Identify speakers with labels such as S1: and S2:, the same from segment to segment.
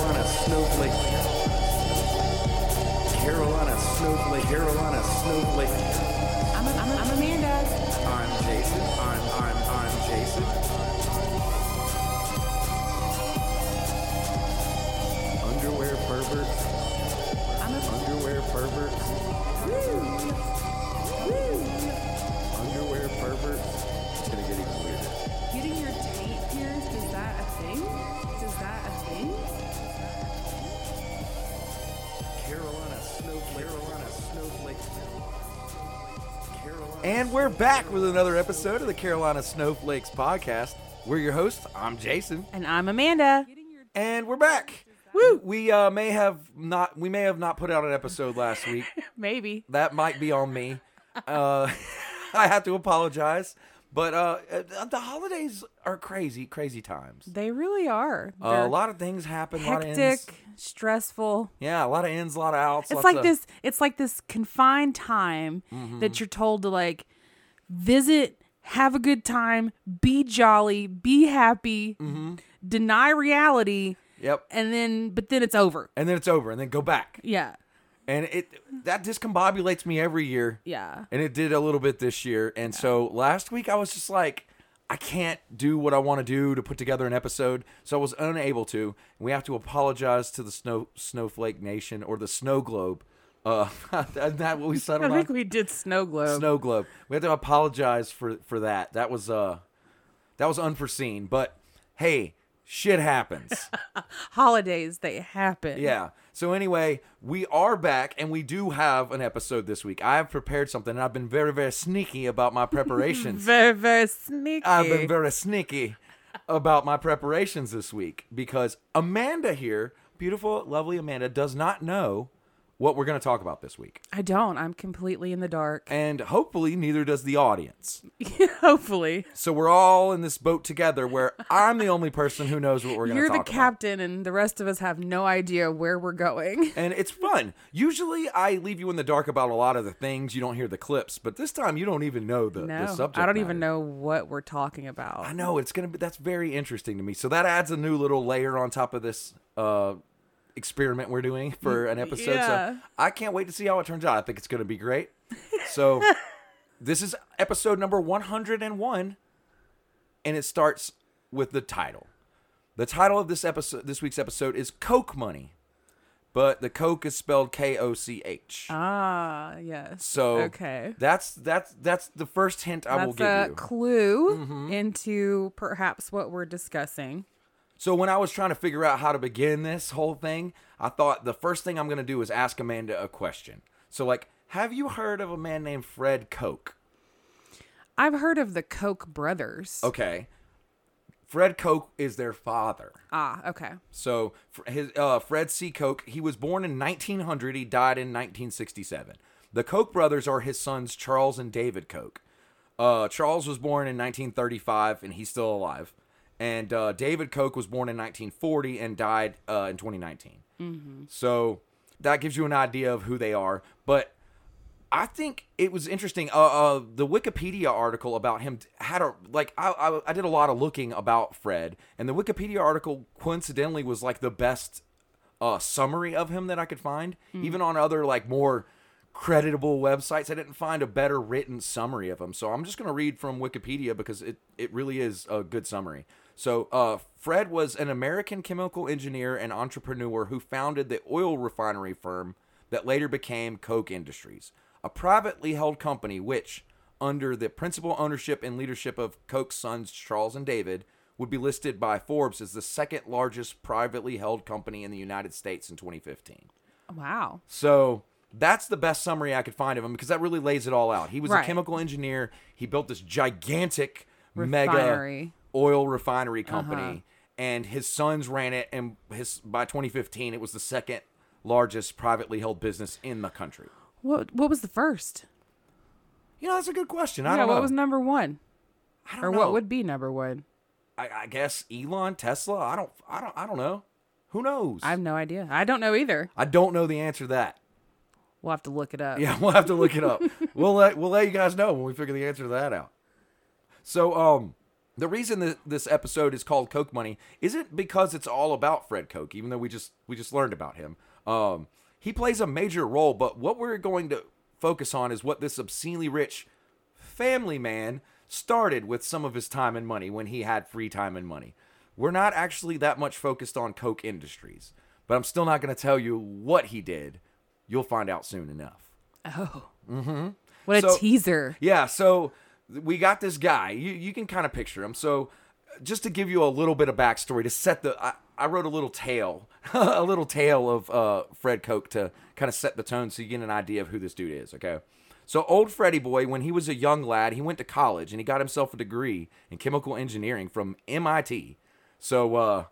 S1: snowflake. Carolina snowflake. Carolina snowflake.
S2: I'm, a, I'm, a, I'm Amanda.
S1: I'm Jason. I'm I'm I'm Jason. Underwear perverts.
S2: I'm a
S1: Underwear perverts. Underwear perverts. It's gonna get even weirder.
S2: getting your tape pierced. Is that a thing? Is that a thing?
S1: Carolina snowflake. Carolina snowflake. Carolina.
S3: And we're back with another episode of the Carolina Snowflakes podcast. We're your hosts. I'm Jason,
S2: And I'm Amanda.
S3: and we're back. Woo! We uh, may have not we may have not put out an episode last week.
S2: Maybe.
S3: That might be on me. Uh, I have to apologize, but uh, uh, the holidays are crazy, crazy times.
S2: They really are.
S3: Uh, a
S2: They're
S3: lot of things happen. A lot of ends.
S2: hectic, stressful.
S3: Yeah, a lot of ins, a lot of outs.
S2: It's
S3: lots
S2: like
S3: of- Mm-hmm.
S2: this it's like this confined time that you're told to like visit, have a good time, be jolly, be happy,
S3: Mm-hmm.
S2: deny reality,
S3: Yep.
S2: and then but then it's over.
S3: And then it's over, and then go back,
S2: Yeah.
S3: and it that discombobulates me every year.
S2: Yeah.
S3: and it did a little bit this year. And so last week I was just like, I can't do what I want to do to put together an episode, so I was unable to. We have to apologize to the snow snowflake nation or the snow globe. Uh, isn't that what we
S2: I
S3: settled
S2: think
S3: on?
S2: we did snow globe.
S3: Snow globe. We have to apologize for for that. That was uh, that was unforeseen. But hey, shit happens.
S2: Holidays they happen.
S3: Yeah. So anyway, we are back and we do have an episode this week. I have prepared something and I've been very, very sneaky about my preparations.
S2: Very, very sneaky.
S3: I've been very sneaky about my preparations this week because Amanda here, beautiful, lovely Amanda, does not know what we're going to talk about this week.
S2: I don't. I'm completely in the dark.
S3: And hopefully, neither does the audience.
S2: Hopefully.
S3: So we're all in this boat together where I'm the only person who knows what we're going to
S2: You're
S3: talk
S2: the
S3: about.
S2: captain, and the rest of us have no idea where we're going.
S3: and it's fun. Usually, I leave you in the dark about a lot of the things. You don't hear the clips, but this time you don't even know the, the
S2: No,
S3: subject.
S2: I don't
S3: matter.
S2: even know what we're talking about.
S3: I know it's gonna be. That's very interesting to me. So that adds a new little layer on top of this uh, experiment we're doing for an episode.
S2: yeah.
S3: So I can't wait to see how it turns out. I think it's gonna be great. So this is episode number one hundred and one, and it starts with the title. The title of this episode, this week's episode, is "Coke Money," but the Coke is spelled K O C H.
S2: Ah, yes.
S3: So
S2: okay,
S3: that's that's that's the first hint I will
S2: that's a
S3: give you. Mm-hmm.
S2: clue into perhaps what we're discussing.
S3: So when I was trying to figure out how to begin this whole thing, I thought the first thing I'm going to do is ask Amanda a question. So like, have you heard of a man named Fred Koch?
S2: I've heard of the Koch brothers.
S3: Okay. Fred Koch is their father.
S2: Ah, okay.
S3: So fr- his uh, Fred C. Koch, he was born in 1900. He died in 1967. The Koch brothers are his sons, Charles and David Koch. Uh, Charles was born in 1935, and he's still alive. And uh, David Koch was born in 1940 and died uh, in 2019. So that gives you an idea of who they are. But I think it was interesting. Uh, uh, the Wikipedia article about him had a like. I, I I did a lot of looking about Fred, and the Wikipedia article coincidentally was like the best uh, summary of him that I could find. Even on other like more creditable websites, I didn't find a better written summary of him. So I'm just gonna read from Wikipedia because it it really is a good summary. So uh, Fred was an American chemical engineer and entrepreneur who founded the oil refinery firm that later became Koch Industries, a privately held company which, under the principal ownership and leadership of Koch's sons Charles and David, would be listed by Forbes as the second largest privately held company in the United States in 2015.
S2: Wow.
S3: So that's the best summary I could find of him because that really lays it all out. He was
S2: Right.
S3: a chemical engineer. He built this gigantic
S2: Refinery. Uh-huh.
S3: mega oil refinery company, and his sons ran it. And his by 2015, it was the second largest privately held business in the country.
S2: What What was the first?
S3: You know, that's a good question. I
S2: yeah.
S3: don't know.
S2: What was number one,
S3: I don't
S2: or
S3: know.
S2: what would be number one?
S3: I, I guess Elon Tesla? I don't. I don't. I don't know. Who knows?
S2: I have no idea. I don't know either.
S3: I don't know the answer to that.
S2: We'll have to look it up.
S3: Yeah, we'll have to look it up. we'll let we'll let you guys know when we figure the answer to that out. So um The reason that this episode is called Coke Money isn't because it's all about Fred Coke, even though we just we just learned about him. Um, he plays a major role, but what we're going to focus on is what this obscenely rich family man started with some of his time and money when he had free time and money. We're not actually that much focused on Coke Industries, but I'm still not going to tell you what he did. You'll find out soon enough.
S2: Oh. Mm-hmm. What a
S3: So-
S2: teaser.
S3: Yeah, so we got this guy. You you can kind of picture him. So just to give you a little bit of backstory to set the I, I wrote a little tale, a little tale of uh, Fred Koch to kind of set the tone so you get an idea of who this dude is, okay? So old Freddie boy, when he was a young lad, he went to college and he got himself a degree in chemical engineering from MIT. So uh,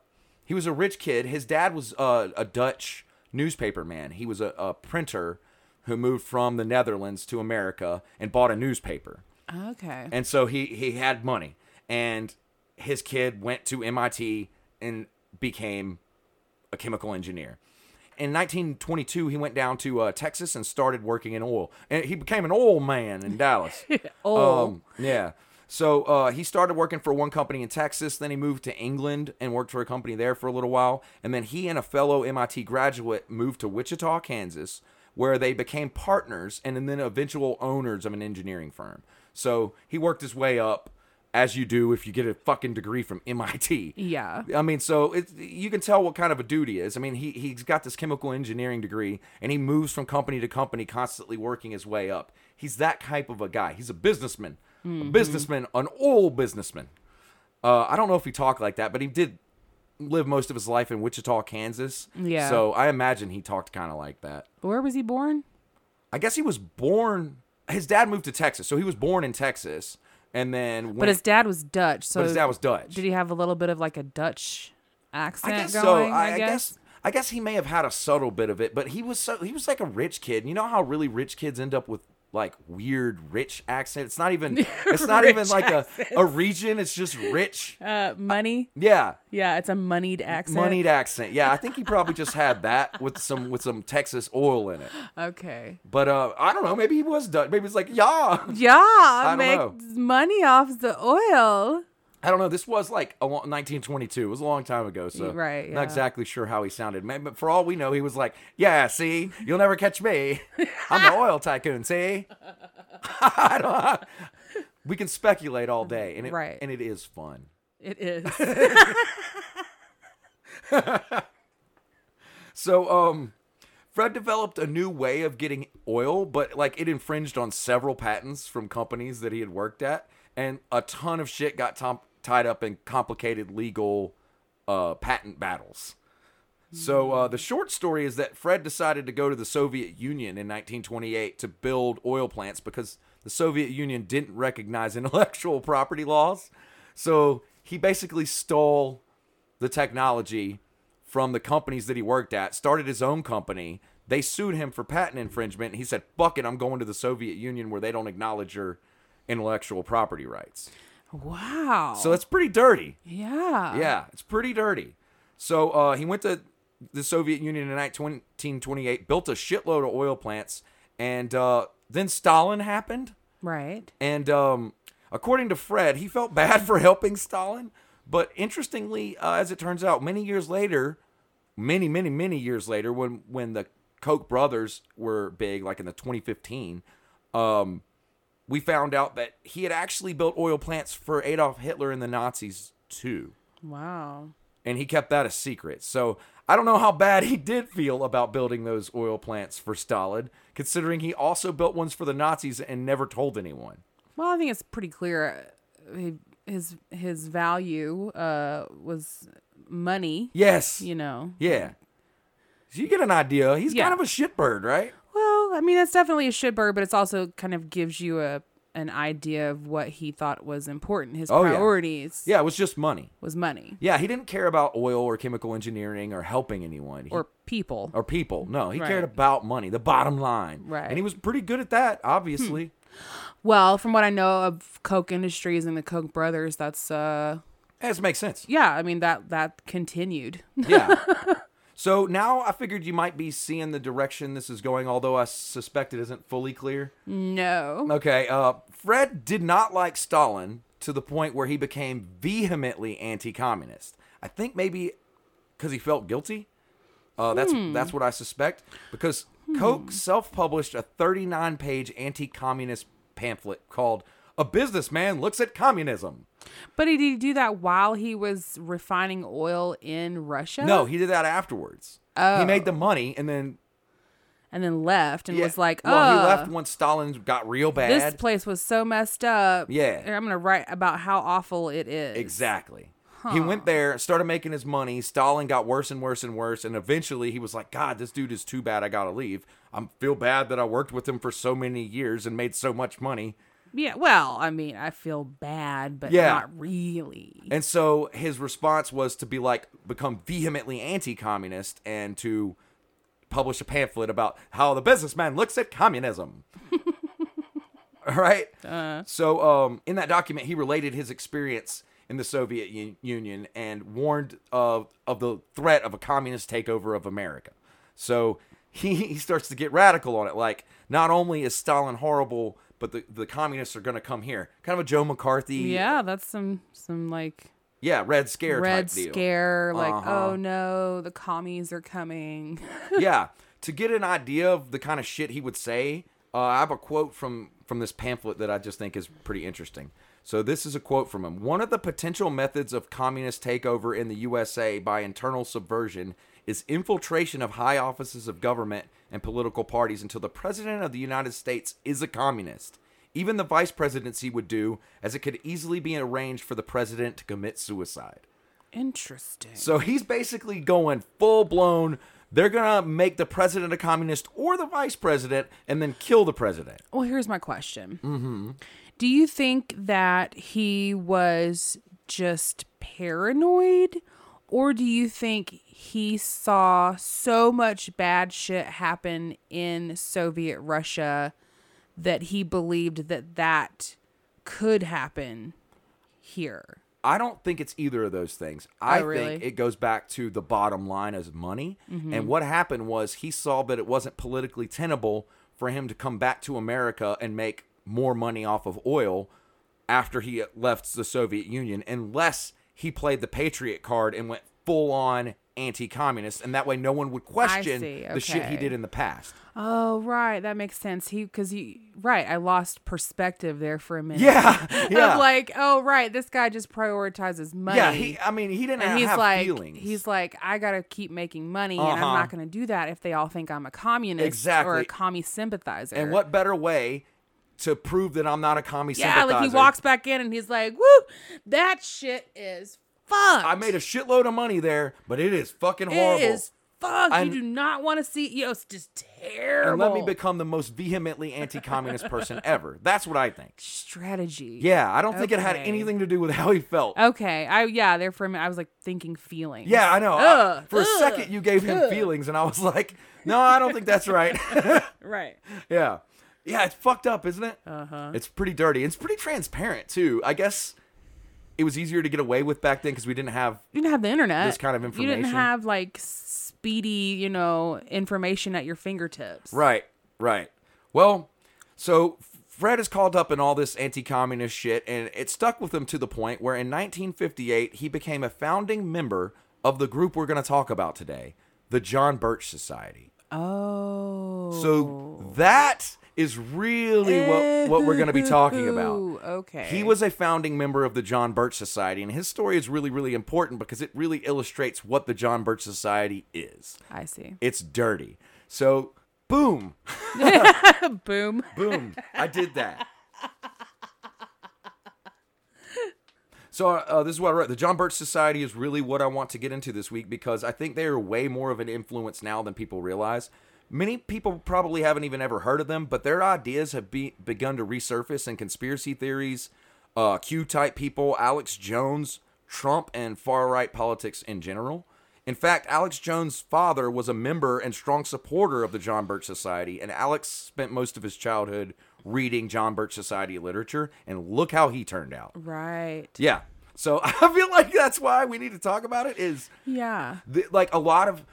S3: he was a rich kid. His dad was uh, a Dutch newspaper man. He was a, a printer who moved from the Netherlands to America and bought a newspaper.
S2: Okay.
S3: And so he he had money, and his kid went to MIT and became a chemical engineer. In 1922, he went down to uh, Texas and started working in oil, and he became an oil man in Dallas.
S2: Oil.
S3: Um, yeah. So uh, he started working for one company in Texas. Then he moved to England and worked for a company there for a little while. And then he and a fellow MIT graduate moved to Wichita, Kansas, where they became partners and then eventual owners of an engineering firm. So he worked his way up, as you do if you get a fucking degree from MIT.
S2: Yeah.
S3: I mean, so it's you can tell what kind of a dude he is. I mean, he he's got this chemical engineering degree, and he moves from company to company, constantly working his way up. He's that type of a guy. He's a businessman,
S2: Mm-hmm.
S3: a businessman, an oil businessman. Uh, I don't know if he talked like that, but he did live most of his life in Wichita, Kansas.
S2: Yeah.
S3: So I imagine he talked kind of like that.
S2: Where was he born?
S3: I guess he was born. His dad moved to Texas, so he was born in Texas, and then when,
S2: But his dad was Dutch. So
S3: but his dad was Dutch.
S2: Did he have a little bit of like a Dutch accent
S3: I guess
S2: going?
S3: so. I, I guess I guess he may have had a subtle bit of it, but he was so he was like a rich kid. And you know how really rich kids end up with like weird rich accent. It's not even it's not even
S2: Rich
S3: like a, a region. It's just rich.
S2: Uh, money.
S3: Yeah,
S2: Yeah, it's a moneyed accent.
S3: moneyed accent. Yeah, I think he probably just had that with some with some Texas oil in it.
S2: Okay.
S3: But uh, I don't know. Maybe he was done. Maybe it's like yeah.
S2: Yeah, I
S3: don't
S2: make
S3: know.
S2: money off the oil.
S3: I don't know. This was like a long, 1922. It was a long time ago, so
S2: Right, yeah.
S3: not exactly sure how he sounded. Man, But for all we know, he was like, "Yeah, see, you'll never catch me. I'm the oil tycoon. See, I don't- we can speculate all day, and it,
S2: Right.
S3: and it is fun.
S2: It is.
S3: So, um, Fred developed a new way of getting oil, but like it infringed on several patents from companies that he had worked at, and a ton of shit got tom- tied up in complicated legal uh, patent battles. So uh, the short story is that Fred decided to go to the Soviet Union in 1928 to build oil plants because the Soviet Union didn't recognize intellectual property laws. So he basically stole the technology from the companies that he worked at, started his own company. They sued him for patent infringement. He said, "Fuck it, I'm going to the Soviet Union where they don't acknowledge your intellectual property rights."
S2: wow.
S3: So that's pretty dirty.
S2: yeah.
S3: Yeah, it's pretty dirty. So uh, he went to the Soviet Union in 1928, built a shitload of oil plants, and uh, then Stalin happened.
S2: Right.
S3: And um, according to Fred, he felt bad for helping Stalin. But interestingly, uh, as it turns out, many years later, many, many, many years later, when when the Koch brothers were big, like in the 2015, um, we found out that he had actually built oil plants for Adolf Hitler and the Nazis too
S2: Wow.
S3: and he kept that a secret. So I don't know how bad he did feel about building those oil plants for Stalin, considering he also built ones for the Nazis and never told anyone.
S2: Well, I think it's pretty clear uh, he- his his value uh was money,
S3: Yes.
S2: you know.
S3: Yeah. So you get an idea. He's
S2: Yeah.
S3: kind of a shitbird, right?
S2: Well, I mean, that's definitely a shitbird, but it's also kind of gives you a an idea of what he thought was important. His
S3: Oh, yeah.
S2: priorities
S3: Yeah, it was just money.
S2: was money
S3: Yeah, he didn't care about oil or chemical engineering or helping anyone. He-
S2: or people.
S3: or people. No, he
S2: Right.
S3: cared about money, the bottom line.
S2: Right. Hmm.
S3: And he was pretty good at that, obviously.
S2: Well, from what I know of Coke Industries and the Koch brothers, that's uh
S3: As makes sense.
S2: yeah, I mean that that continued.
S3: Yeah. so now I figured you might be seeing the direction this is going, although I suspect it isn't fully clear.
S2: no.
S3: Okay. Uh, Fred did not like Stalin to the point where he became vehemently anti-communist. I think maybe because he felt guilty. Uh, that's
S2: Hmm.
S3: that's what I suspect because Koch self-published a 39-page anti-communist pamphlet called "A Businessman Looks at Communism."
S2: But he did he do that while he was refining oil in Russia?
S3: No, he did that afterwards. He made the money and then
S2: And then left and
S3: yeah,
S2: Oh. was like, oh,
S3: well, he left once Stalin got real bad.
S2: this place was so messed up.
S3: Yeah.
S2: And I'm going to write about how awful it is.
S3: Exactly. He went there, started making his money. Stalin got worse and worse and worse, and eventually he was like, "God, this dude is too bad. I gotta leave. I feel bad that I worked with him for so many years and made so much money."
S2: Yeah. Well, I mean, I feel bad, but
S3: Yeah.
S2: not really.
S3: And so his response was to be like become vehemently anti-communist and to publish a pamphlet about how the businessman looks at communism. All right. so um, in that document, he related his experience in the Soviet U- Union and warned of of the threat of a communist takeover of America. So he, he starts to get radical on it. Like, not only is Stalin horrible, but the, the communists are going to come here. Kind of a Joe McCarthy,
S2: Yeah. That's some, some like
S3: yeah, Red Scare
S2: red
S3: type deal.
S2: scare, like,
S3: Uh-huh.
S2: oh no, the commies are coming.
S3: yeah. To get an idea of the kind of shit he would say, uh, I have a quote from from this pamphlet that I just think is pretty interesting. So this is a quote from him. One of the potential methods of communist takeover in the USA by internal subversion is infiltration of high offices of government and political parties until the president of the United States is a communist. Even the vice presidency would do, as it could easily be arranged for the president to commit suicide.
S2: Interesting.
S3: So he's basically going full blown. They're going to make the president a communist or the vice president and then kill the president.
S2: Well, here's my question. Mm-hmm. Do you think that he was just paranoid, or do you think he saw so much bad shit happen in Soviet Russia that he believed that that could happen here?
S3: I don't think it's either of those things. I
S2: Oh, really? Mm-hmm.
S3: think it goes back to the bottom line as money. And what happened was he saw that it wasn't politically tenable for him to come back to America and make more money off of oil after he left the Soviet Union, unless he played the Patriot card and went full on anti communist. And that way, no one would question
S2: see,
S3: the shit he
S2: okay.
S3: did in the past.
S2: Oh, right, that makes sense. He because he right, I lost perspective there for a minute.
S3: Yeah, yeah,
S2: Of like, oh right, this guy just prioritizes money.
S3: yeah. He, I mean, he didn't
S2: and
S3: have,
S2: he's
S3: have
S2: like
S3: feelings.
S2: he's like i gotta keep making money and i'm
S3: Uh-huh.
S2: not gonna do that if they all think i'm a communist or a
S3: Exactly.
S2: commie sympathizer
S3: and what better way to prove that I'm not a commie
S2: yeah like he
S3: sympathizer?
S2: walks back in and he's like woo that shit is fucked
S3: I made a shitload of money there, but it is fucking
S2: it
S3: horrible.
S2: is fucked
S3: I'm-
S2: you do not want to see yo it's just terrible
S3: and let me become the most vehemently anti-communist person ever. That's what I think.
S2: strategy
S3: Yeah, I don't think it had
S2: Okay.
S3: anything to do with how he felt.
S2: okay i yeah there for a minute i was like thinking feelings
S3: yeah, I know. I-
S2: Ugh,
S3: for a
S2: ugh,
S3: second, you gave him feelings, and I was like, "No, I don't think that's right."
S2: right
S3: Yeah. Yeah, it's fucked up, isn't it? Uh-huh. It's pretty dirty. It's pretty transparent too. I guess it was easier to get away with back then because we didn't have
S2: you didn't have the internet
S3: This kind of
S2: you didn't
S3: information.
S2: have like speedy you know information at your fingertips
S3: Right, right. Well, so Fred is called up in all this anti communist shit, and it stuck with him to the point where in 1958, he became a founding member of the group we're going to talk about today, the John Birch Society.
S2: Oh.
S3: So that is really what, what we're going to be talking about.
S2: Ooh, okay.
S3: He was a founding member of the John Birch Society, and his story is really, really important because it really illustrates what the John Birch Society is.
S2: I see.
S3: It's dirty. So, boom,
S2: Boom.
S3: Boom. I did that. So uh, this is what I wrote. The John Birch Society is really what I want to get into this week because I think they are way more of an influence now than people realize. Many people probably haven't even ever heard of them, but their ideas have be- begun to resurface in conspiracy theories, uh, Q-type people, Alex Jones, Trump, and far-right politics in general. In fact, Alex Jones' father was a member and strong supporter of the John Birch Society, and Alex spent most of his childhood reading John Birch Society literature, and look how he turned out.
S2: Right.
S3: Yeah. So I feel like that's why we need to talk about it is
S2: Yeah.
S3: the, like a lot of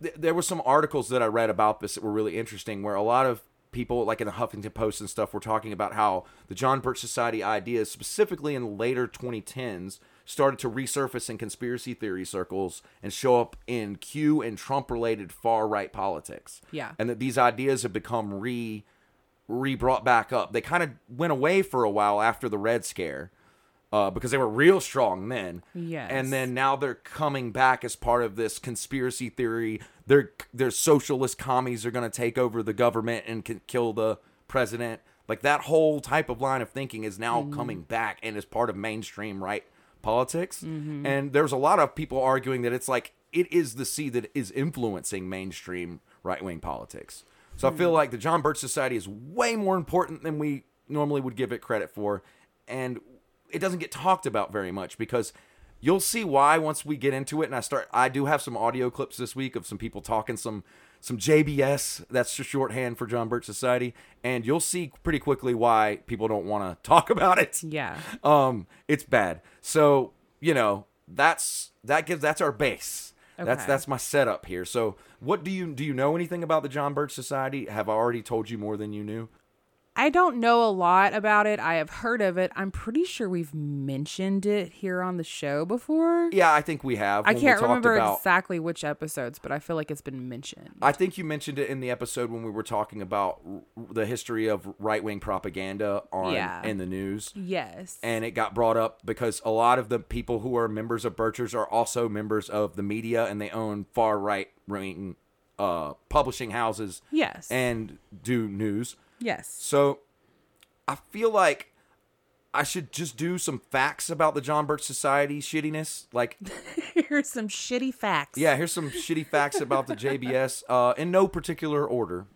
S3: th- there were some articles that I read about this that were really interesting where a lot of people like in the Huffington Post and stuff were talking about how the John Birch Society ideas, specifically in the later 2010s, started to resurface in conspiracy theory circles and show up in Q and Trump related far right politics.
S2: Yeah.
S3: And that these ideas have become re re brought back up. They kind of went away for a while after the Red Scare. Uh, because they were real strong then,
S2: Yes.
S3: and then now they're coming back as part of this conspiracy theory. They're they're socialist commies are going to take over the government and can kill the president. Like that whole type of line of thinking is now coming back and is part of mainstream right politics. And there's a lot of people arguing that it's like it is the seed that is influencing mainstream right wing politics. So I feel like the John Birch Society is way more important than we normally would give it credit for, and it doesn't get talked about very much because you'll see why once we get into it and i start i do have some audio clips this week of some people talking some some jbs that's just shorthand for john birch society and you'll see pretty quickly why people don't want to talk about it
S2: Yeah.
S3: um it's bad so you know that's that gives that's our base that's
S2: Okay.
S3: that's my setup here so what do you do you know anything about the john birch society have i already told you more than you knew
S2: I don't know a lot about it. I have heard of it. I'm pretty sure we've mentioned it here on the show before.
S3: yeah i think we have
S2: I
S3: when we
S2: can't
S3: talked
S2: remember
S3: about-
S2: exactly which episodes, but I feel like it's been mentioned.
S3: I think you mentioned it in the episode when we were talking about r- the history of right wing propaganda on
S2: Yeah.
S3: in the news,
S2: Yes.
S3: and it got brought up because a lot of the people who are members of Birchers are also members of the media, and they own far right wing uh, publishing houses
S2: yes.
S3: and do news.
S2: yes.
S3: So I feel like I should just do some facts about the John Birch Society shittiness, like
S2: Here's some shitty facts.
S3: yeah, here's some shitty facts about the JBS uh, in no particular order.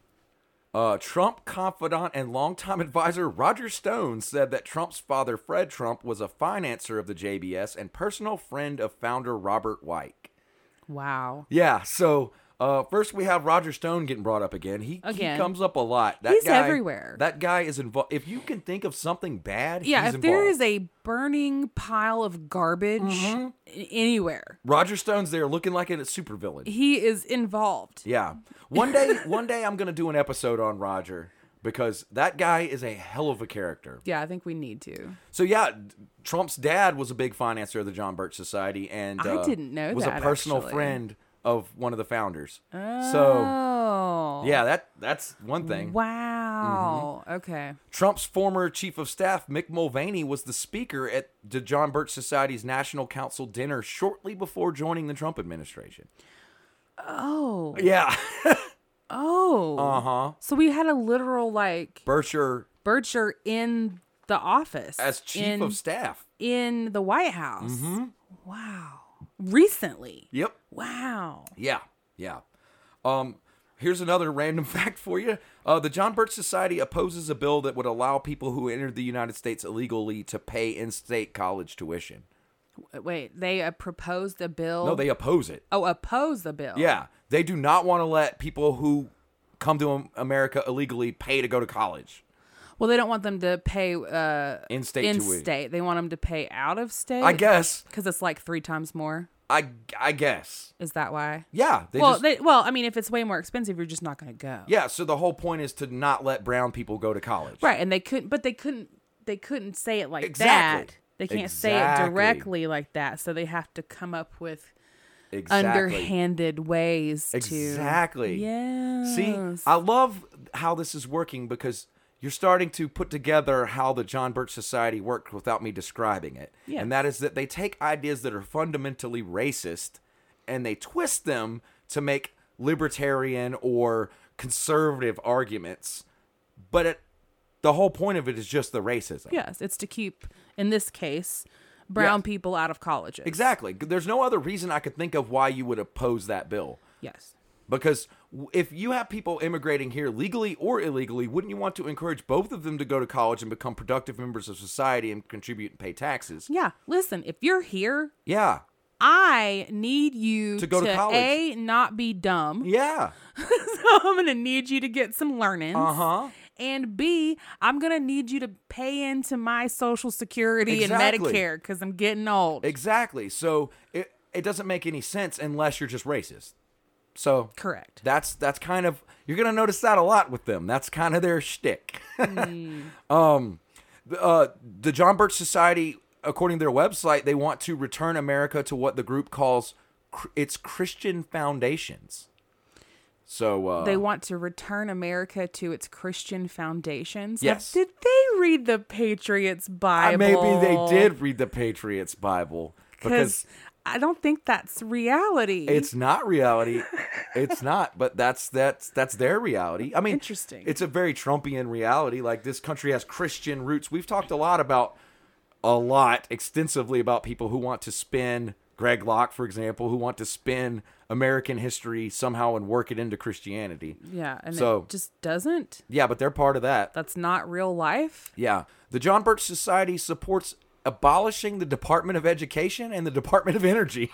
S3: Uh, Trump confidant and longtime advisor Roger Stone said that Trump's father, Fred Trump, was a financer of the JBS and personal friend of founder Robert White.
S2: Wow.
S3: Yeah, so uh, first we have Roger Stone getting brought up again. He,
S2: Again.
S3: he comes up a lot. That
S2: He's
S3: guy,
S2: everywhere.
S3: That guy is involved. If you can think of something bad,
S2: Yeah,
S3: he's
S2: if there
S3: involved. Mm-hmm.
S2: is a burning pile of garbage a- anywhere,
S3: Roger Stone's there looking like a supervillain.
S2: he is involved.
S3: Yeah. One day one day I'm gonna do an episode on Roger because that guy is a hell of a character.
S2: Yeah, I think we need to.
S3: So yeah, Trump's dad was a big financer of the John Birch Society and
S2: I
S3: uh,
S2: didn't know
S3: was
S2: that,
S3: a personal
S2: actually.
S3: friend of one of the founders. So
S2: Oh.
S3: yeah, that that's one thing.
S2: Wow. Okay.
S3: Trump's former chief of staff, Mick Mulvaney, was the speaker at the John Birch Society's National Council dinner shortly before joining the Trump administration.
S2: Oh.
S3: Yeah.
S2: Oh.
S3: uh-huh.
S2: So we had a literal like
S3: Bircher
S2: Bircher in the office
S3: as chief
S2: in,
S3: of Mm-hmm. staff.
S2: in the White House. Wow. Recently.
S3: Yep.
S2: Wow.
S3: Yeah, yeah. Um, here's another random fact for you. Uh, the John Birch Society opposes a bill that would allow people who entered the United States illegally to pay in-state college tuition.
S2: W- Wait, they uh, proposed a bill.
S3: No, they oppose it.
S2: oh oppose the bill.
S3: Yeah, they do not want to let people who come to Am- America illegally pay to go to college.
S2: Well, they don't want them to pay uh,
S3: In-state
S2: in
S3: tuition.
S2: state. They want them to pay out of state.
S3: I guess.
S2: because it's like three times more.
S3: I I guess.
S2: Is that why?
S3: Yeah. They
S2: well,
S3: just,
S2: they, well, I mean, if it's way more expensive, you're just not going to go.
S3: yeah. So the whole point is to not let brown people go to college.
S2: Right, and they couldn't, but they couldn't, they couldn't say it like
S3: Exactly.
S2: that. They can't say it
S3: Exactly.
S2: directly like that, so they have to come up with
S3: Exactly.
S2: underhanded ways to.
S3: Exactly.
S2: Yeah.
S3: See, I love how this is working because you're starting to put together how the John Birch Society worked without me describing it.
S2: Yeah.
S3: And that is that they take ideas that are fundamentally racist and they twist them to make libertarian or conservative arguments. But it, the whole point of it is just the racism.
S2: Yes, it's to keep, in this case, brown
S3: Yes.
S2: people out of colleges.
S3: Exactly. There's no other reason I could think of why you would oppose that bill.
S2: Yes.
S3: Because w- if you have people immigrating here legally or illegally, wouldn't you want to encourage both of them to go to college and become productive members of society and contribute and pay taxes?
S2: Yeah. Listen, if you're here,
S3: Yeah.
S2: I need you
S3: To go to college.
S2: A, not be dumb.
S3: Yeah.
S2: so I'm gonna need you to get some learning.
S3: Uh huh.
S2: And B, I'm gonna need you to pay into my Social Security and
S3: Exactly.
S2: Medicare because I'm getting old.
S3: Exactly. So it, it doesn't make any sense unless you're just racist. So
S2: Correct.
S3: that's that's kind of you're gonna notice that a lot with them. That's kind of their shtick.
S2: Mm.
S3: um, the, uh, the John Birch Society, according to their website, they want to return America to what the group calls cr- its Christian foundations. So uh,
S2: they want to return America to its Christian foundations. Now,
S3: Yes.
S2: did they read the Patriots
S3: I-
S2: Bible?
S3: maybe they did read the Patriots Bible because
S2: Because I don't think that's reality.
S3: It's not reality. it's not, but that's that's that's their reality. I mean,
S2: Interesting.
S3: It's a very Trumpian reality. Like this country has Christian roots. We've talked a lot about a lot extensively about people who want to spin Greg Locke, for example, who want to spin American history somehow and work it into Christianity.
S2: yeah, and
S3: so-
S2: it just doesn't.
S3: Yeah, but they're part of that.
S2: That's not real life.
S3: Yeah. The John Birch Society supports abolishing the Department of Education and the Department of Energy.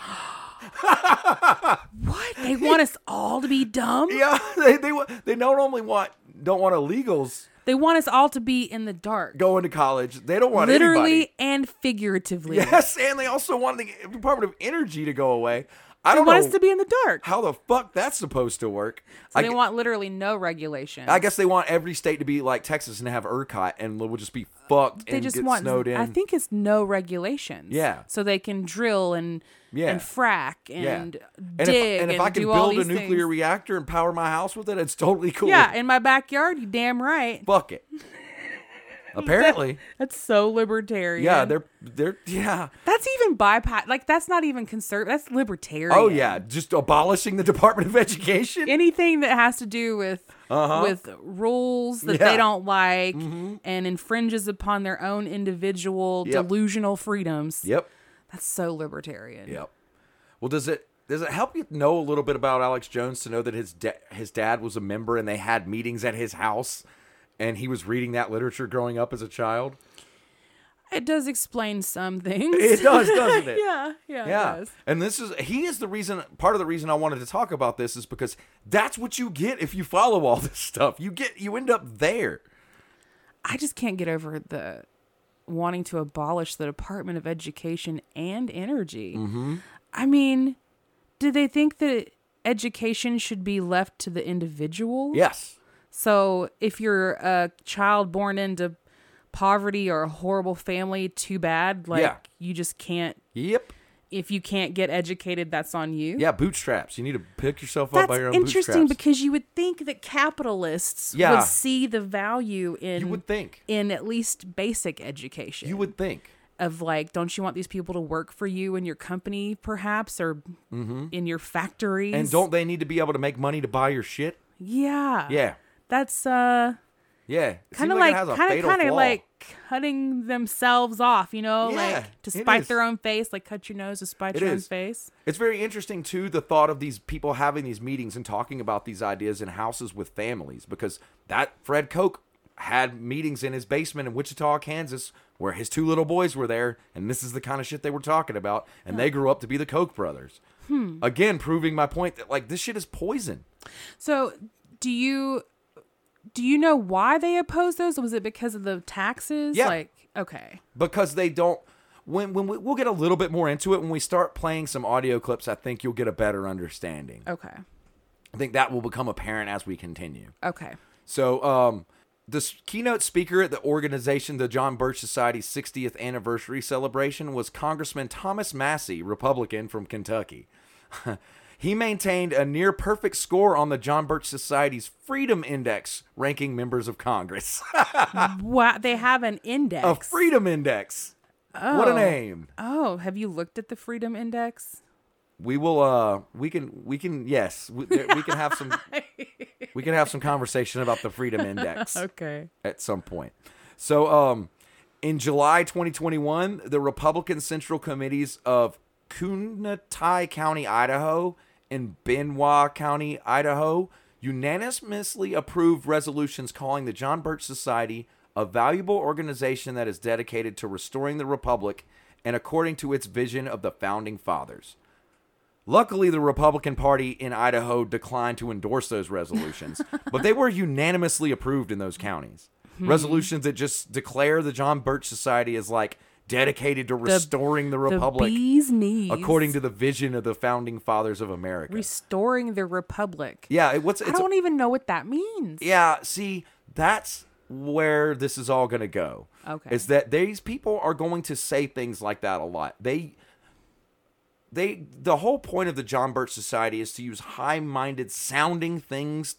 S2: What? They want us all to be dumb?
S3: Yeah, they they wa- they not only want don't want illegals
S2: They want us all to be in the dark.
S3: going to college. They don't want
S2: literally
S3: anybody.
S2: and figuratively.
S3: Yes, and they also want the Department of Energy to go away. I
S2: They
S3: don't
S2: want
S3: know
S2: us to be in the dark.
S3: how the fuck that's supposed to work.
S2: So
S3: I,
S2: they
S3: gu-
S2: want literally no regulation.
S3: I guess they want every state to be like Texas and have ERCOT, and we'll just be fucked
S2: they
S3: and
S2: just
S3: get
S2: want
S3: snowed in.
S2: I think it's no regulations.
S3: Yeah.
S2: So they can drill and
S3: Yeah.
S2: and frack
S3: yeah.
S2: and
S3: if-
S2: dig
S3: and if I can
S2: do all
S3: build a
S2: these
S3: nuclear
S2: things.
S3: reactor and power my house with it, it's totally cool.
S2: Yeah, in my backyard, you damn right.
S3: fuck it. Apparently,
S2: That's so libertarian.
S3: yeah, they're they're yeah.
S2: that's even bypass like that's not even conservative that's libertarian.
S3: Oh yeah, just abolishing the Department of Education.
S2: anything that has to do with with rules that
S3: Uh-huh. Yeah. Mm-hmm.
S2: they don't like and infringes upon their own individual
S3: Yep.
S2: delusional freedoms.
S3: Yep.
S2: That's so libertarian.
S3: Yep. Well, does it does it help you know a little bit about Alex Jones to know that his da- his dad was a member and they had meetings at his house, and he was reading that literature growing up as a child?
S2: It does explain some things.
S3: It does, doesn't it?
S2: yeah, yeah, it
S3: Yeah.
S2: does.
S3: And this is he is the reason part of the reason I wanted to talk about this is because that's what you get if you follow all this stuff. You get you end up there.
S2: I just can't get over the wanting to abolish the Department of Education and Energy.
S3: Mm-hmm.
S2: I mean, do they think that education should be left to the individual?
S3: Yes.
S2: So if you're a child born into poverty or a horrible family, too bad. Like
S3: Yeah.
S2: you just can't.
S3: Yep.
S2: If you can't get educated, that's on you.
S3: Yeah, bootstraps. You need to pick yourself up
S2: That's
S3: by your own
S2: interesting
S3: bootstraps.
S2: because you would think that capitalists
S3: Yeah.
S2: would see the value in
S3: you would think.
S2: in at least basic education
S3: You would think.
S2: of like don't you want these people to work for you in your company perhaps or in your factories
S3: Mm-hmm. And don't they need to be able to make money to buy your shit?
S2: yeah
S3: Yeah.
S2: that's uh
S3: Yeah. It
S2: kind
S3: seems
S2: of
S3: it
S2: like
S3: has a
S2: kind of
S3: fatal
S2: kind of
S3: flaw.
S2: like cutting themselves off you know
S3: Yeah,
S2: like to
S3: it
S2: spite
S3: is.
S2: their own face like cut your nose to spite
S3: It
S2: your own
S3: is.
S2: face
S3: It's very interesting too the thought of these people having these meetings and talking about these ideas in houses with families because that Fred Koch had meetings in his basement in Wichita, Kansas, where his two little boys were there, and this is the kind of shit they were talking about, and they grew up to be the Koch brothers.
S2: Hmm.
S3: Again, proving my point that like this shit is poison.
S2: so do you do you know why they opposed those was it because of the taxes
S3: Yeah.
S2: like okay
S3: because they don't when when we, we'll get a little bit more into it when we start playing some audio clips i think you'll get a better understanding
S2: okay
S3: i think that will become apparent as we continue
S2: okay
S3: so um this keynote speaker at the organization the john birch society's 60th anniversary celebration was congressman thomas massey republican from kentucky he maintained a near perfect score on the john birch society's freedom index ranking members of congress
S2: wow they have an index
S3: a freedom index what a name
S2: Oh, have you looked at the Freedom Index?
S3: we will uh we can we can yes we, there, we can have some we can have some conversation about the freedom index
S2: Okay.
S3: at some point so um in july 2021 the republican central committees of kunai county idaho and benoit county idaho unanimously approved resolutions calling the john birch society a valuable organization that is dedicated to restoring the republic and according to its vision of the founding fathers Luckily, the Republican Party in Idaho declined to endorse those resolutions, but they were unanimously approved in those counties. Resolutions that just declare the John Birch Society as like dedicated to restoring the, republic
S2: The bee's knees.
S3: according to the vision of the founding fathers of America.
S2: restoring the republic.
S3: yeah, it, what's
S2: I
S3: it's a-
S2: don't even know what that means.
S3: Yeah, see, that's where this is all going to go.
S2: Okay.
S3: Is that these people are going to say things like that a lot. They they the whole point of the John Birch Society is to use high-minded sounding things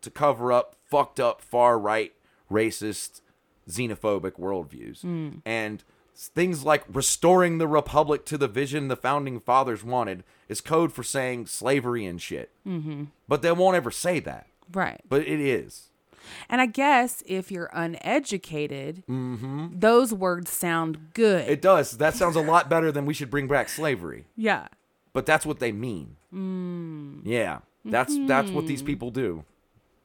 S3: to cover up fucked up far right racist xenophobic worldviews and s- things like restoring the republic to the vision the founding fathers wanted is code for saying slavery and shit mm-hmm. but they won't ever say that
S2: Right.
S3: but it is
S2: And I guess if you're uneducated, those words sound good.
S3: Mm-hmm. It does. That sounds a lot better than we should bring back slavery.
S2: yeah.
S3: But that's what they mean. Yeah. That's that's what these people do.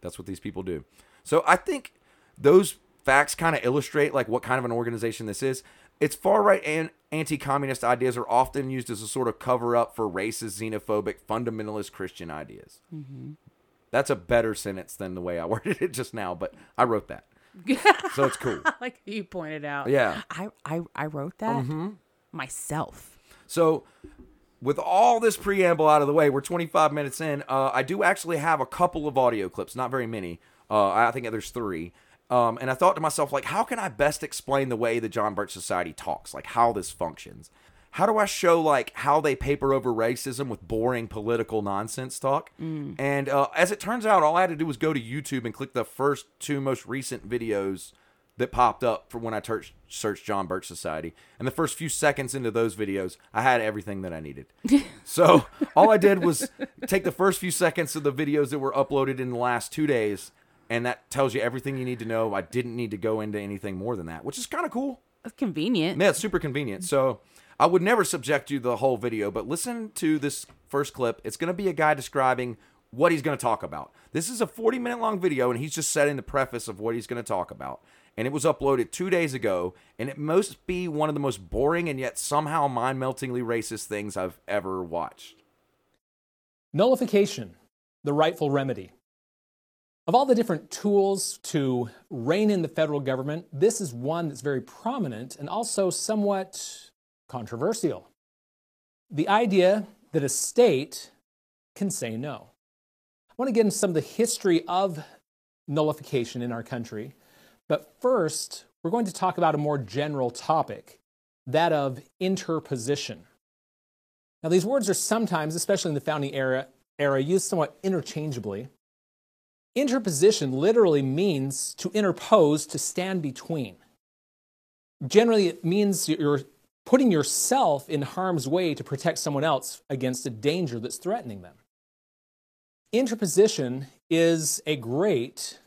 S3: That's what these people do. So I think those facts kind of illustrate like what kind of an organization this is. Its far right and anti-communist ideas are often used as a sort of cover up for racist, xenophobic, fundamentalist Christian ideas. That's a better sentence than the way I worded it just now, but I wrote that. so it's cool.
S2: Like you pointed out.
S3: Yeah. Mm-hmm.
S2: I I, I wrote that myself.
S3: So, with all this preamble out of the way, we're 25 minutes in. Uh, I do actually have a couple of audio clips, not very many. Uh, I think there's three. Um, and I thought to myself, like, how can I best explain the way the John Birch Society talks, like how this functions? How do I show like how they paper over racism with boring political nonsense talk? And uh, as it turns out, all I had to do was go to YouTube and click the first two most recent videos that popped up for when I tur- searched John Birch Society. And the first few seconds into those videos, I had everything that I needed. so all I did was take the first few seconds of the videos that were uploaded in the last two days, and that tells you everything you need to know. I didn't need to go into anything more than that, which is kind of cool.
S2: That's convenient.
S3: Yeah, it's super convenient. So I would never subject you to the whole video, but listen to this first clip. It's going to be a guy describing what he's going to talk about. This is a 40 minute long video, and he's just setting the preface of what he's going to talk about. And it was uploaded two days ago, and it must be one of the most boring and yet somehow mind meltingly racist things I've ever watched.
S4: Nullification, the rightful remedy. Of all the different tools to rein in the federal government, this is one that's very prominent and also somewhat controversial. The idea that a state can say no. I want to get into some of the history of nullification in our country, but first, we're going to talk about a more general topic that of interposition. Now, these words are sometimes, especially in the founding era, era used somewhat interchangeably. Interposition literally means to interpose, to stand between. Generally, it means you're putting yourself in harm's way to protect someone else against a danger that's threatening them. Interposition is a great,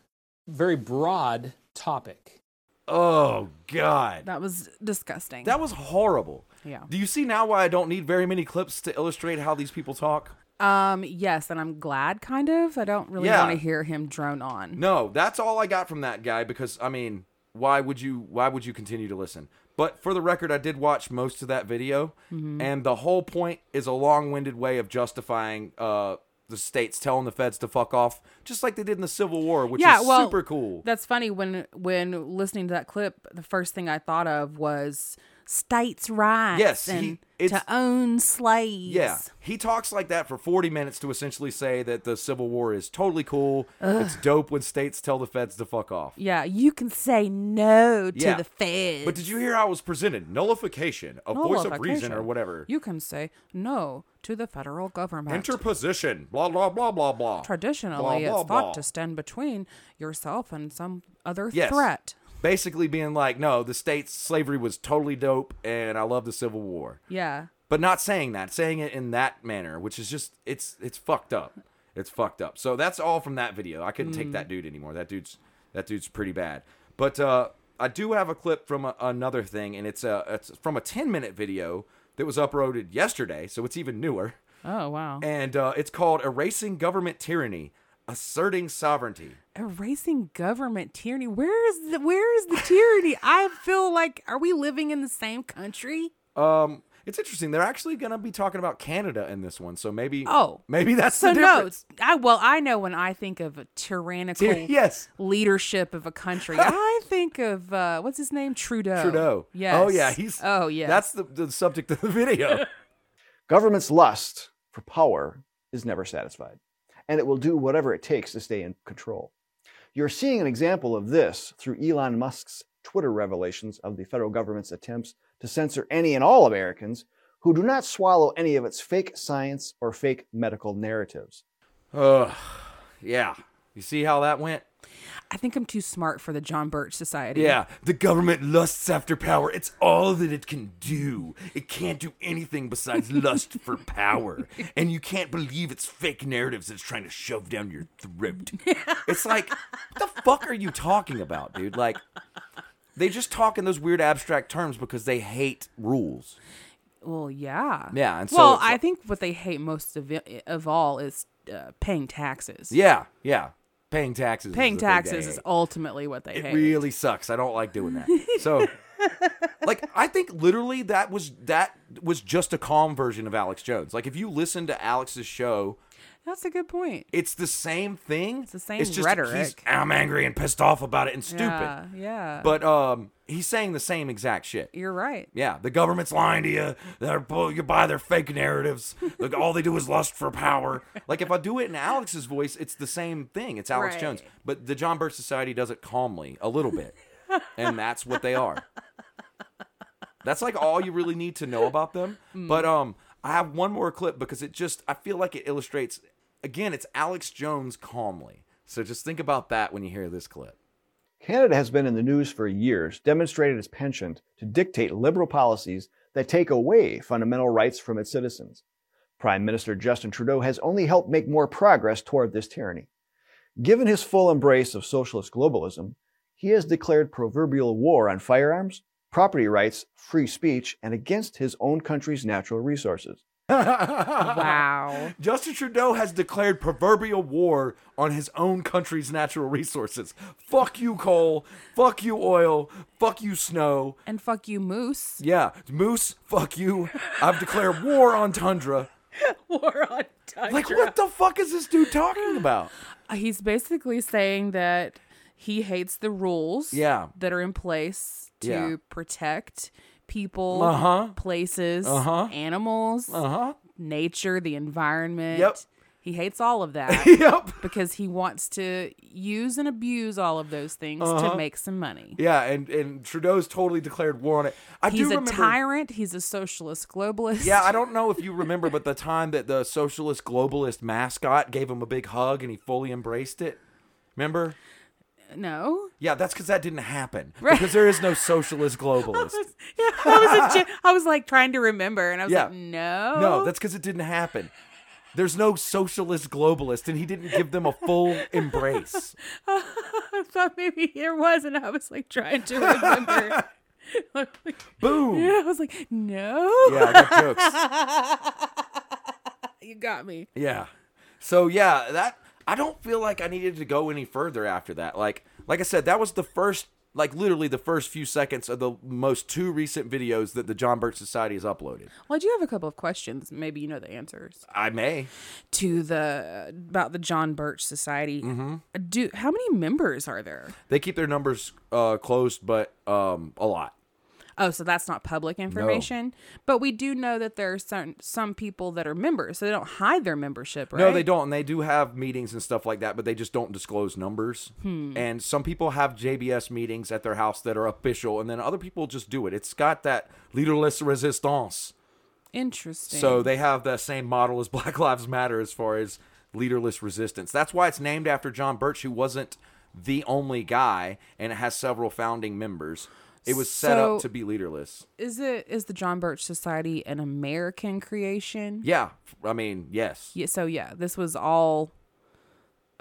S4: very broad topic.
S3: Oh, God.
S2: That was disgusting.
S3: That was horrible.
S2: Yeah.
S3: Do you see now why I don't need very many clips to illustrate how these people talk?
S2: um yes, and I'm glad kind of. I don't really
S3: Yeah.
S2: want to hear him drone on.
S3: No, that's all I got from that guy because I mean, why would you why would you continue to listen? But for the record, I did watch most of that video,
S2: Mm-hmm.
S3: and the whole point is a long-winded way of justifying uh, the states telling the feds to fuck off, just like they did in the Civil War, which
S2: yeah,
S3: is
S2: well,
S3: super cool.
S2: That's funny when when listening to that clip, the first thing I thought of was states' rights
S3: Yes, he-
S2: and
S3: it's-
S2: to own slaves.
S3: yeah, he talks like that for 40 minutes to essentially say that the Civil War is totally cool. It's dope when states tell the feds to fuck off.
S2: Yeah, you can say no to
S3: Yeah.
S2: the feds.
S3: But did you hear how it was presented? Nullification, a voice of reason, or
S2: Nullification.
S3: whatever.
S2: You can say no to the federal government.
S3: Interposition, blah blah blah blah blah.
S2: Traditionally,
S3: Blah, blah,
S2: it's thought
S3: blah.
S2: to stand between yourself and some other
S3: Yes.
S2: threat.
S3: basically being like, no, the state's slavery was totally dope, and I love the Civil War,
S2: Yeah.
S3: but not saying that, saying it in that manner, which is just it's it's fucked up. It's fucked up. So that's all from that video. I couldn't take
S2: Mm.
S3: that dude anymore. That dude's that dude's pretty bad. But uh, I do have a clip from a, another thing, and it's a it's from a ten minute video that was uploaded yesterday, so it's even newer,
S2: Oh wow.
S3: and uh, it's called "Erasing Government Tyranny." Asserting sovereignty.
S2: Erasing government tyranny. Where is the where is the tyranny? I feel like are we living in the same country?
S3: Um, It's interesting. They're actually going to be talking about Canada in this one, so maybe
S2: Oh.
S3: maybe that's
S2: So
S3: the
S2: no,
S3: difference.
S2: I well I know when I think of a tyrannical
S3: Tyr- yes.
S2: leadership of a country, I think of uh, what's his name Trudeau.
S3: Trudeau.
S2: Yes.
S3: Oh yeah, he's
S2: oh yeah.
S3: That's the, the subject of the video.
S5: Government's lust for power is never satisfied, and it will do whatever it takes to stay in control. You're seeing an example of this through Elon Musk's Twitter revelations of the federal government's attempts to censor any and all Americans who do not swallow any of its fake science or fake medical narratives.
S3: Ugh. yeah. You see how that went?
S2: I think I'm too smart for the John Birch Society.
S3: Yeah, the government lusts after power. It's all that it can do. It can't do anything besides lust for power. And you can't believe it's fake narratives it's trying to shove down your throat. It's like, what the fuck are you talking about, dude? Like, they just talk in those weird abstract terms because they hate rules.
S2: Well, yeah.
S3: Yeah, and so
S2: well,
S3: it's
S2: I
S3: like-
S2: think what they hate most of it, of all is uh, paying taxes.
S3: Yeah, yeah. Paying taxes. is
S2: Paying
S3: the thing they
S2: taxes is
S3: hate.
S2: ultimately what they
S3: It
S2: hate.
S3: really sucks. I don't like doing that. So, like, I think literally that was that was just a calm version of Alex Jones. Like, if you listen to Alex's show,
S2: That's a good point.
S3: it's the same thing. It's
S2: the same
S3: just he's,
S2: rhetoric.
S3: I'm angry and pissed off about it and stupid.
S2: Yeah, yeah.
S3: But um, he's saying the same exact shit.
S2: You're right.
S3: Yeah, the government's lying to you. They're bu- you buy their fake narratives. Like all they do is lust for power. Like if I do it in Alex's voice, it's the same thing. It's Alex
S2: Right.
S3: Jones. But the John Birch Society does it calmly, a little bit, and that's what they are. That's like all you really need to know about them.
S2: Hmm.
S3: But um, I have one more clip because it just I feel like it illustrates. Again, it's Alex Jones calmly. So just think about that when you hear this clip.
S5: Canada has been in the news for years, demonstrated its penchant to dictate liberal policies that take away fundamental rights from its citizens. Prime Minister Justin Trudeau has only helped make more progress toward this tyranny. Given his full embrace of socialist globalism, he has declared proverbial war on firearms, property rights, free speech, and against his own country's natural resources.
S3: Uh-uh.
S2: Wow.
S3: Justin Trudeau has declared proverbial war on his own country's natural resources. Fuck you, coal. Fuck you, oil. Fuck you, snow.
S2: and fuck you, Moose.
S3: Yeah, moose. Fuck you. I've declared war on tundra.
S2: War on tundra.
S3: Like, what the fuck is this dude talking about?
S2: uh, He's basically saying that he hates the rules
S3: Yeah.
S2: that are in place to
S3: Yeah.
S2: protect people,
S3: Uh-huh.
S2: places,
S3: Uh-huh.
S2: animals,
S3: Uh huh.
S2: nature, the environment.
S3: Yep.
S2: He hates all of that
S3: Yep.
S2: because he wants to use and abuse all of those things
S3: Uh-huh.
S2: to make some money.
S3: Yeah, and and Trudeau's totally declared war on it. I do
S2: He's a
S3: remember.
S2: tyrant. He's a socialist globalist.
S3: Yeah, I don't know if you remember, but the time that the socialist globalist mascot gave him a big hug and he fully embraced it. Remember?
S2: no.
S3: Yeah, that's because that didn't happen. Because there is no socialist globalist.
S2: Yeah, I was, a, I was like trying to remember, and I was
S3: Yeah.
S2: like, no,
S3: No, that's because it didn't happen. There's no socialist globalist, and he didn't give them a full embrace.
S2: I thought maybe there was, and I was like trying to remember. Like,
S3: Boom.
S2: I was like, no,
S3: Yeah, I got jokes.
S2: you got me.
S3: Yeah. So yeah, that I don't feel like I needed to go any further after that. Like, like I said, that was the first, like literally the first few seconds of the most two recent videos that the John Birch Society has uploaded.
S2: Well, I do have a couple of questions. Maybe you know the answers
S3: I may.
S2: to the about the John Birch Society.
S3: Mm-hmm.
S2: Do how many members are there?
S3: They keep their numbers uh, closed, but um, a lot.
S2: Oh, so that's not public information. But we do know that there are some some people that are members, so they don't hide their membership, right?
S3: No, they don't. And they do have meetings and stuff like that, but they just don't disclose numbers.
S2: Hmm.
S3: And some people have JBS meetings at their house that are official, and then other people just do it. It's got that leaderless resistance.
S2: Interesting.
S3: So they have the same model as Black Lives Matter as far as leaderless resistance. That's why it's named after John Birch, who wasn't the only guy, and it has several founding members. It was set
S2: So-
S3: up to be leaderless.
S2: is it is the John Birch Society an American creation?
S3: Yeah. I mean, yes.
S2: Yeah, so yeah, this was all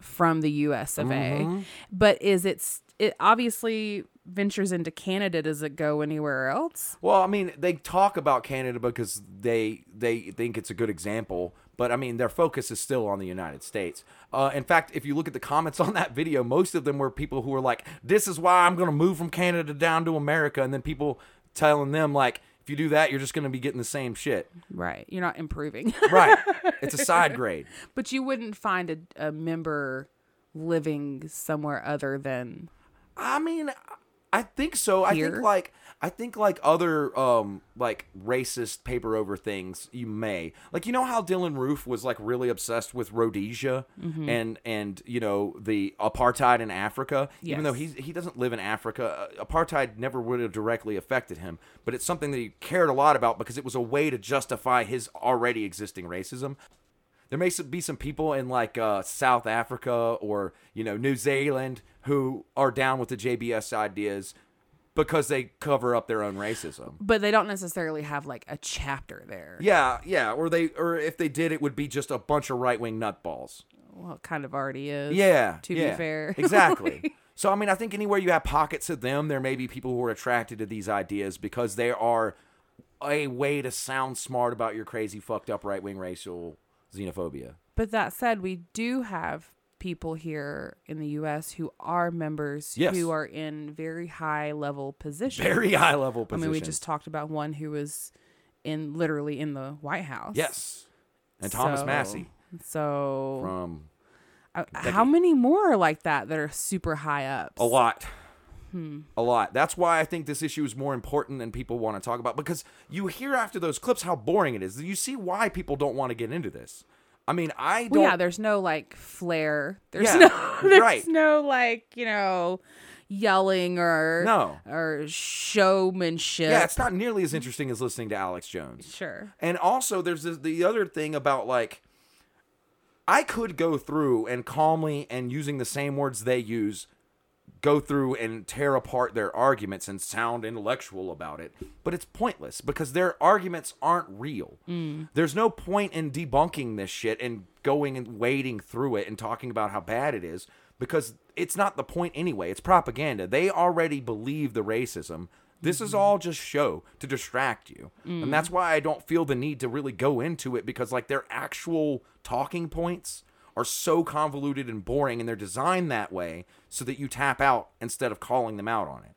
S2: from the U.S. of
S3: Mm-hmm.
S2: A. But is it? s- It obviously ventures into Canada. Does it go anywhere else?
S3: Well, I mean, they talk about Canada because they they think it's a good example, but I mean, their focus is still on the United States. Uh, in fact, if you look at the comments on that video, most of them were people who were like, "This is why I'm going to move from Canada down to America," and then people telling them like, If you do that, you're just going to be getting the same shit.
S2: Right. You're not improving.
S3: Right. it's a side grade.
S2: but you wouldn't find a, a member living somewhere other than
S3: I mean, I think so. I
S2: Here?
S3: think like I think like other um like racist paper over things you may. Like you know how Dylan Roof was like really obsessed with Rhodesia and and you know the apartheid in Africa even though
S2: Yes.
S3: he he doesn't live in Africa. uh, Apartheid never would have directly affected him, but it's something that he cared a lot about because it was a way to justify his already existing racism there may some- be some people in like uh, South Africa or you know New Zealand who are down with the JBS ideas because they cover up their own racism.
S2: but they don't necessarily have like a chapter there.
S3: Yeah, yeah, or they or if they did, it would be just a bunch of right wing nutballs.
S2: Well, it kind of already is.
S3: Yeah,
S2: To
S3: yeah,
S2: be fair.
S3: exactly. so I mean, I think anywhere you have pockets of them, there may be people who are attracted to these ideas because they are a way to sound smart about your crazy fucked up right wing racial xenophobia.
S2: But that said, we do have people here in the U.S. who are members
S3: Yes.
S2: who are in very high level positions.
S3: Very high level
S2: I
S3: position.
S2: mean, we just talked about one who was in literally in the White House.
S3: Yes. And Thomas
S2: So-
S3: Massey Um,
S2: So
S3: from
S2: uh, how many more are like that that are super high up?
S3: a lot.
S2: Hmm.
S3: A lot. That's why I think this issue is more important than people want to talk about because you hear after those clips how boring it is. You see why people don't want to get into this. I mean, I don't.
S2: Well, yeah, there's no like flair. There's
S3: Yeah,
S2: no there's
S3: right.
S2: no like, you know, yelling or
S3: No.
S2: or showmanship.
S3: yeah, it's not nearly as interesting as listening to Alex Jones.
S2: sure.
S3: And also, there's this, the other thing about like, I could go through and calmly and using the same words they use, go through and tear apart their arguments and sound intellectual about it, but it's pointless because their arguments aren't real. There's no point in debunking this shit and going and wading through it and talking about how bad it is because it's not the point anyway. It's propaganda. They already believe the racism. This
S2: Mm-hmm.
S3: is all just show to distract you. And
S2: Mm.
S3: that's why I don't feel the need to really go into it because, like, their actual talking points are so convoluted and boring and they're designed that way so that you tap out instead of calling them out on it.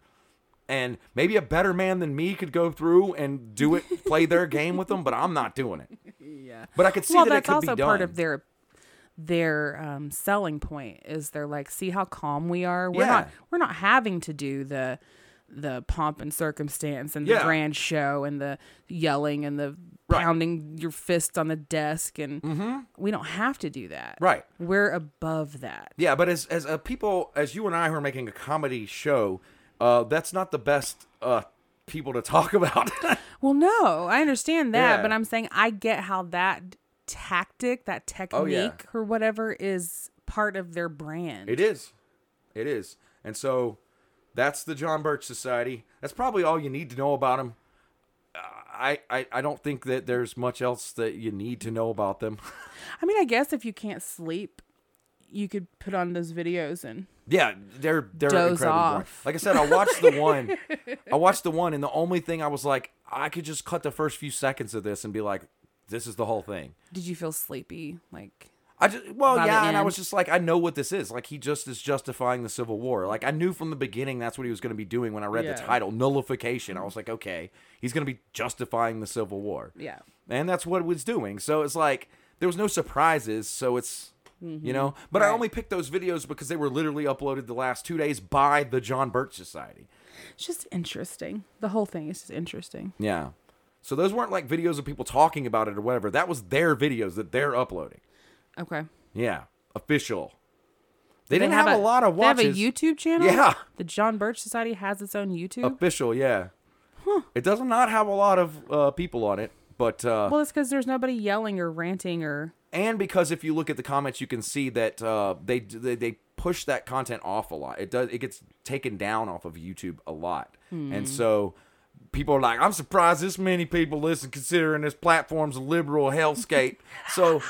S3: And maybe a better man than me could go through and do it, play their game with them, but I'm not doing it. Yeah. But I could see
S2: well,
S3: that
S2: that's
S3: it could
S2: also
S3: be done.
S2: part of their their um, selling point is they're like, see how calm we are. We're
S3: Yeah.
S2: not we're not having to do the the pomp and circumstance and the
S3: Yeah.
S2: grand show and the yelling and the
S3: Right. Mm-hmm.
S2: pounding your fist on the desk and we don't have to do that.
S3: Right.
S2: We're above that.
S3: Yeah, but as as uh, people as you and I who are making a comedy show, uh, that's not the best uh, people to talk about.
S2: Well, no, I understand that,
S3: Yeah.
S2: but I'm saying I get how that tactic, that technique
S3: Oh, yeah.
S2: or whatever is part of their brand.
S3: it is, it is, and so that's the John Birch Society. That's probably all you need to know about them. I, I, I don't think that there's much else that you need to know about them.
S2: I mean, I guess if you can't sleep, you could put on those videos and
S3: Yeah, they're they're
S2: Doze
S3: incredibly boring.
S2: off.
S3: Like I said, I watched the one, I watched the one, and the only thing I was like, I could just cut the first few seconds of this and be like, this is the whole thing.
S2: did you feel sleepy? Like
S3: I just well
S2: By the
S3: yeah, and I
S2: end.
S3: was just like, I know what this is. Like he just is justifying the Civil War. Like I knew from the beginning that's what he was going to be doing when I read
S2: Yeah.
S3: the title, nullification. I was like, okay, he's going to be justifying the Civil War.
S2: Yeah.
S3: and that's what it was doing. So it's like there was no surprises. So it's
S2: Mm-hmm.
S3: you know, but I only picked those videos because they were literally uploaded the last two days by the John Birch Society.
S2: it's just interesting. The whole thing is just interesting.
S3: Yeah, so those weren't like videos of people talking about it or whatever. That was their videos that they're uploading.
S2: Okay.
S3: Yeah, official. They, didn't have, a, lot of
S2: They have
S3: watches.
S2: a YouTube channel.
S3: Yeah.
S2: The John Birch Society has its own YouTube.
S3: Official, yeah. It does not have a lot of uh, people on it, but uh,
S2: well, it's because there's nobody yelling or ranting or
S3: and because if you look at the comments, you can see that uh, they, they they push that content off a lot. It does it gets taken down off of YouTube a lot,
S2: Hmm.
S3: and so people are like, "I'm surprised this many people listen, considering this platform's a liberal hellscape." so.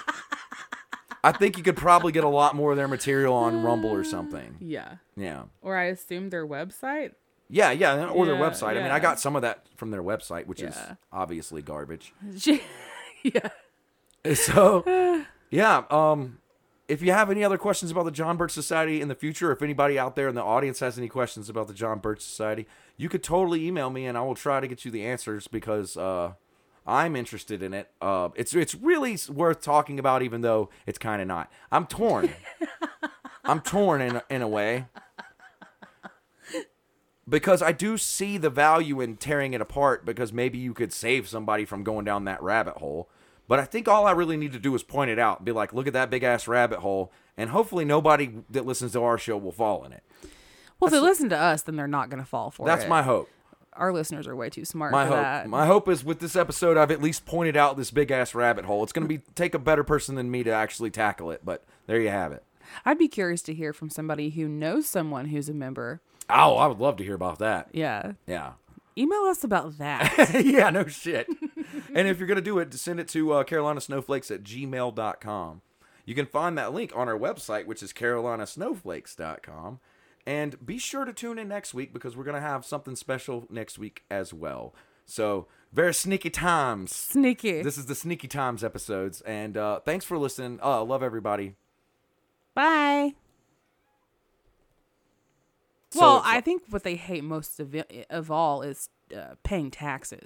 S3: I think you could probably get a lot more of their material on Rumble or something.
S2: yeah.
S3: Yeah.
S2: Or I assume their website.
S3: Yeah, yeah, or their
S2: Yeah,
S3: website. I mean,
S2: yeah.
S3: I got some of that from their website, which is
S2: Yeah.
S3: obviously garbage.
S2: yeah.
S3: So, yeah, um If you have any other questions about the John Birch Society in the future, if anybody out there in the audience has any questions about the John Birch Society, you could totally email me and I will try to get you the answers because uh, I'm interested in it. Uh, it's it's really worth talking about, even though it's kind of not. I'm torn. I'm torn in in a way because I do see the value in tearing it apart because maybe you could save somebody from going down that rabbit hole. But I think all I really need to do is point it out and be like, look at that big ass rabbit hole. And hopefully nobody that listens to our show will fall in it.
S2: Well, if they listen to us, then they're not going to fall for it.
S3: That's my hope.
S2: Our listeners are way too smart
S3: My
S2: for
S3: hope.
S2: that.
S3: My hope is with this episode, I've at least pointed out this big ass rabbit hole. It's going to be take a better person than me to actually tackle it. But there you have it.
S2: I'd be curious to hear from somebody who knows someone who's a member.
S3: Oh, I would love to hear about that.
S2: Yeah.
S3: Yeah.
S2: Email us about that.
S3: yeah, no shit. and if you're going to do it, send it to uh, carolinasnowflakes at gmail.com. You can find that link on our website, which is carolinasnowflakes.com. And be sure to tune in next week because we're going to have something special next week as well. So, very sneaky times.
S2: Sneaky.
S3: This is the Sneaky Times episodes. And uh, thanks for listening. Uh, love everybody.
S2: Bye.
S3: So
S2: well,
S3: it's-
S2: I think what they hate most of, it, of all is uh, paying taxes.